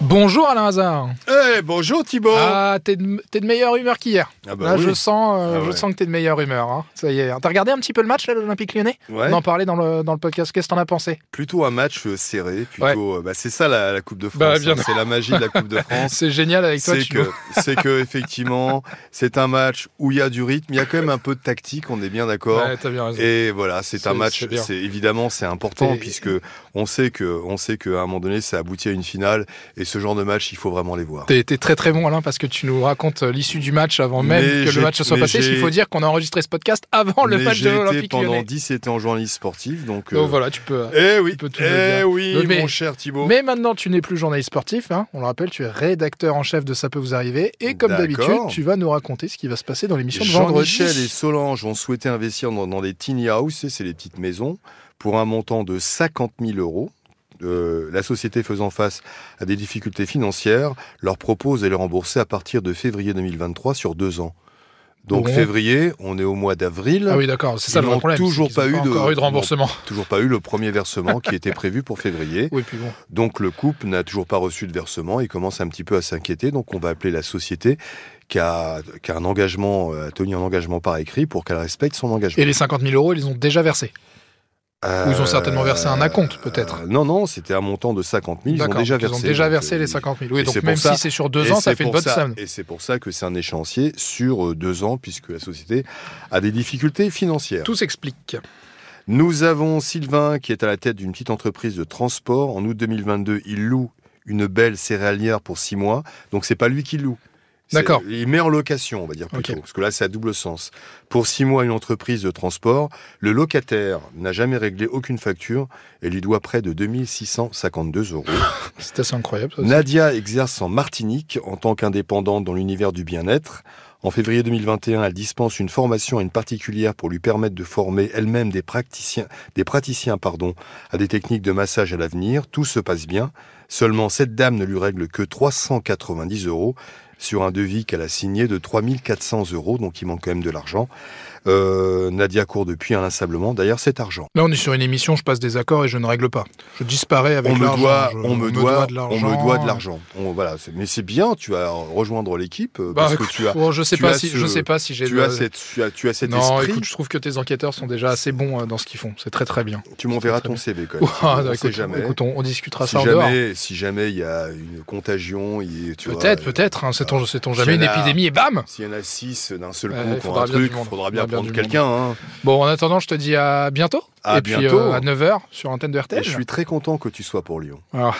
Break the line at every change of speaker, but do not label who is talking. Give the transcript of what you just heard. Bonjour Alain Hazard.
Eh, bonjour Thibaut
Ah, t'es de, t'es de meilleure humeur qu'hier.
Ah Oh. bah
là,
oui.
je sens, euh,
Ah
je
ouais.
sens que t'es de meilleure humeur. hein. Ça y est. T'as regardé un petit peu le match là, de l'Olympique Lyonnais
Ouais.
On en parlait dans le, dans le podcast. Qu'est-ce que t'en as pensé
Plutôt un match euh, serré, plutôt. euh, Bah, c'est ça la, la Coupe de France.
Bah, bien
hein. c'est la magie de la Coupe de France.
C'est génial avec toi.
C'est
Thibaut.
que, c'est que effectivement, c'est un match où il y a du rythme, il y a quand même un peu de tactique, on est bien d'accord.
Ouais, t'as bien raison.
Et voilà, c'est
C'est-
un match.
c'est bien.
C'est évidemment c'est important
Et-
puisque on sait que on sait qu'à un moment donné ça aboutit à une finale et ce genre de match il faut vraiment les voir.
T'es t'es très très bon Alain parce que tu nous racontes euh, l'issue du match avant même
Mais
que le
j'ai-
match se soit
mais
passé.
j'ai-
Il faut dire qu'on a enregistré ce podcast avant Oh, le
Mais
match de
j'ai été
l'Olympique
pendant
Lyonnais.
17 ans journaliste sportif, donc. euh,
Donc voilà, tu peux.
Eh oui,
tu peux tout me
eh
dire.
oui,
Mais-
mon cher Thibaut.
Mais maintenant, tu n'es plus journaliste sportif. hein. On le rappelle, tu es rédacteur en chef de Ça peut vous arriver. Et comme
D'accord.
d'habitude, tu vas nous raconter ce qui va se passer dans l'émission de vendredi.
Jean-Michel et Solange ont souhaité investir dans, dans des tiny houses, c'est les petites maisons, pour un montant de 50 000 euros. Euh, la société faisant face à des difficultés financières leur propose de les rembourser à partir de février 2023 sur deux ans. Donc
Bon.
février, on est au mois d'avril,
Ah oui, d'accord, c'est ça
Ils
le vrai
n'ont
problème.
toujours
c'est qu'ils
pas
ont
eu de-
encore eu de remboursement.
toujours pas eu le premier versement qui était prévu pour février.
Oui, puis bon.
Donc le couple n'a toujours pas reçu de versement et commence un petit peu à s'inquiéter. Donc on va appeler la société qui a, qui a un engagement, euh, a tenu un engagement par écrit pour qu'elle respecte son engagement.
Et les 50 000 euros, ils les ont déjà versés. Ou ils ont certainement versé un acompte, peut-être.
Euh, non, non, c'était un montant de 50 000. Ils ont
D'accord,
déjà
ils
versé.
ont déjà
donc,
versé
euh,
les 50 000. Oui,
et
donc
c'est pour
même
ça-
si c'est sur deux
et
ans, ça
c'est
fait une
pour
bonne somme.
Et c'est pour ça que c'est un échéancier sur euh, deux ans, puisque la société a des difficultés financières.
Tout s'explique.
Nous avons Sylvain, qui est à la tête d'une petite entreprise de transport. En août 2022, il loue une belle céréalière pour six mois. Donc, c'est pas lui qui loue. C'est-
D'accord.
Il met en location, on va dire plutôt,
Ok.
parce que là, c'est à double sens. Pour six mois, une entreprise de transport, le locataire n'a jamais réglé aucune facture et lui doit près de 2652 euros.
C'est assez incroyable. ça.
Nadia exerce en Martinique en tant qu'indépendante dans l'univers du bien-être. En février 2021, elle dispense une formation à une particulière pour lui permettre de former elle-même des praticiens, des praticiens pardon, à des techniques de massage à l'avenir. Tout se passe bien. Seulement, cette dame ne lui règle que 390 euros sur un devis qu'elle a signé de 3400 euros, donc il manque quand même de l'argent. Euh, Nadia court depuis inlassablement. D'ailleurs, cet argent.
Là, on est sur une émission, je passe des accords et je ne règle pas. Je disparais avec
on me
l'argent.
doit,
je-
on me doit,
de
on me doit de l'argent. On- Voilà, c'est- mais c'est bien, tu vas rejoindre l'équipe euh,
Bah,
parce que tu as,
bon, je sais
tu
pas
as
si,
ce-
je sais pas si j'ai.
tu
de-
as cette, tu as, tu as cet
non,
esprit.
écoute, je trouve que tes enquêteurs sont déjà assez bons euh, dans ce qu'ils font. C'est très très bien.
tu m'enverras
très
ton CV quand même.
Ouah,
on sait
écoute,
jamais.
écoute, on, on discutera
si
ça en dehors.
jamais, si jamais il y a une contagion, il- tu vois,
Peut-être,
euh,
peut-être. Hein, sait-on, sait-on jamais une
s'il y en a-
épidémie et bam
S'il y en a six d'un seul coup,
Ouais, il
qui ont
faudra
un
bien du
truc,
monde. Il
faudra
faudra
bien
bien
prendre
du monde.
quelqu'un. hein.
Bon, en attendant, je te dis à bientôt.
À
et puis
bientôt.
euh, à 9h sur Antenne de RTL.
Et je suis très content que tu sois pour Lyon.
Alors,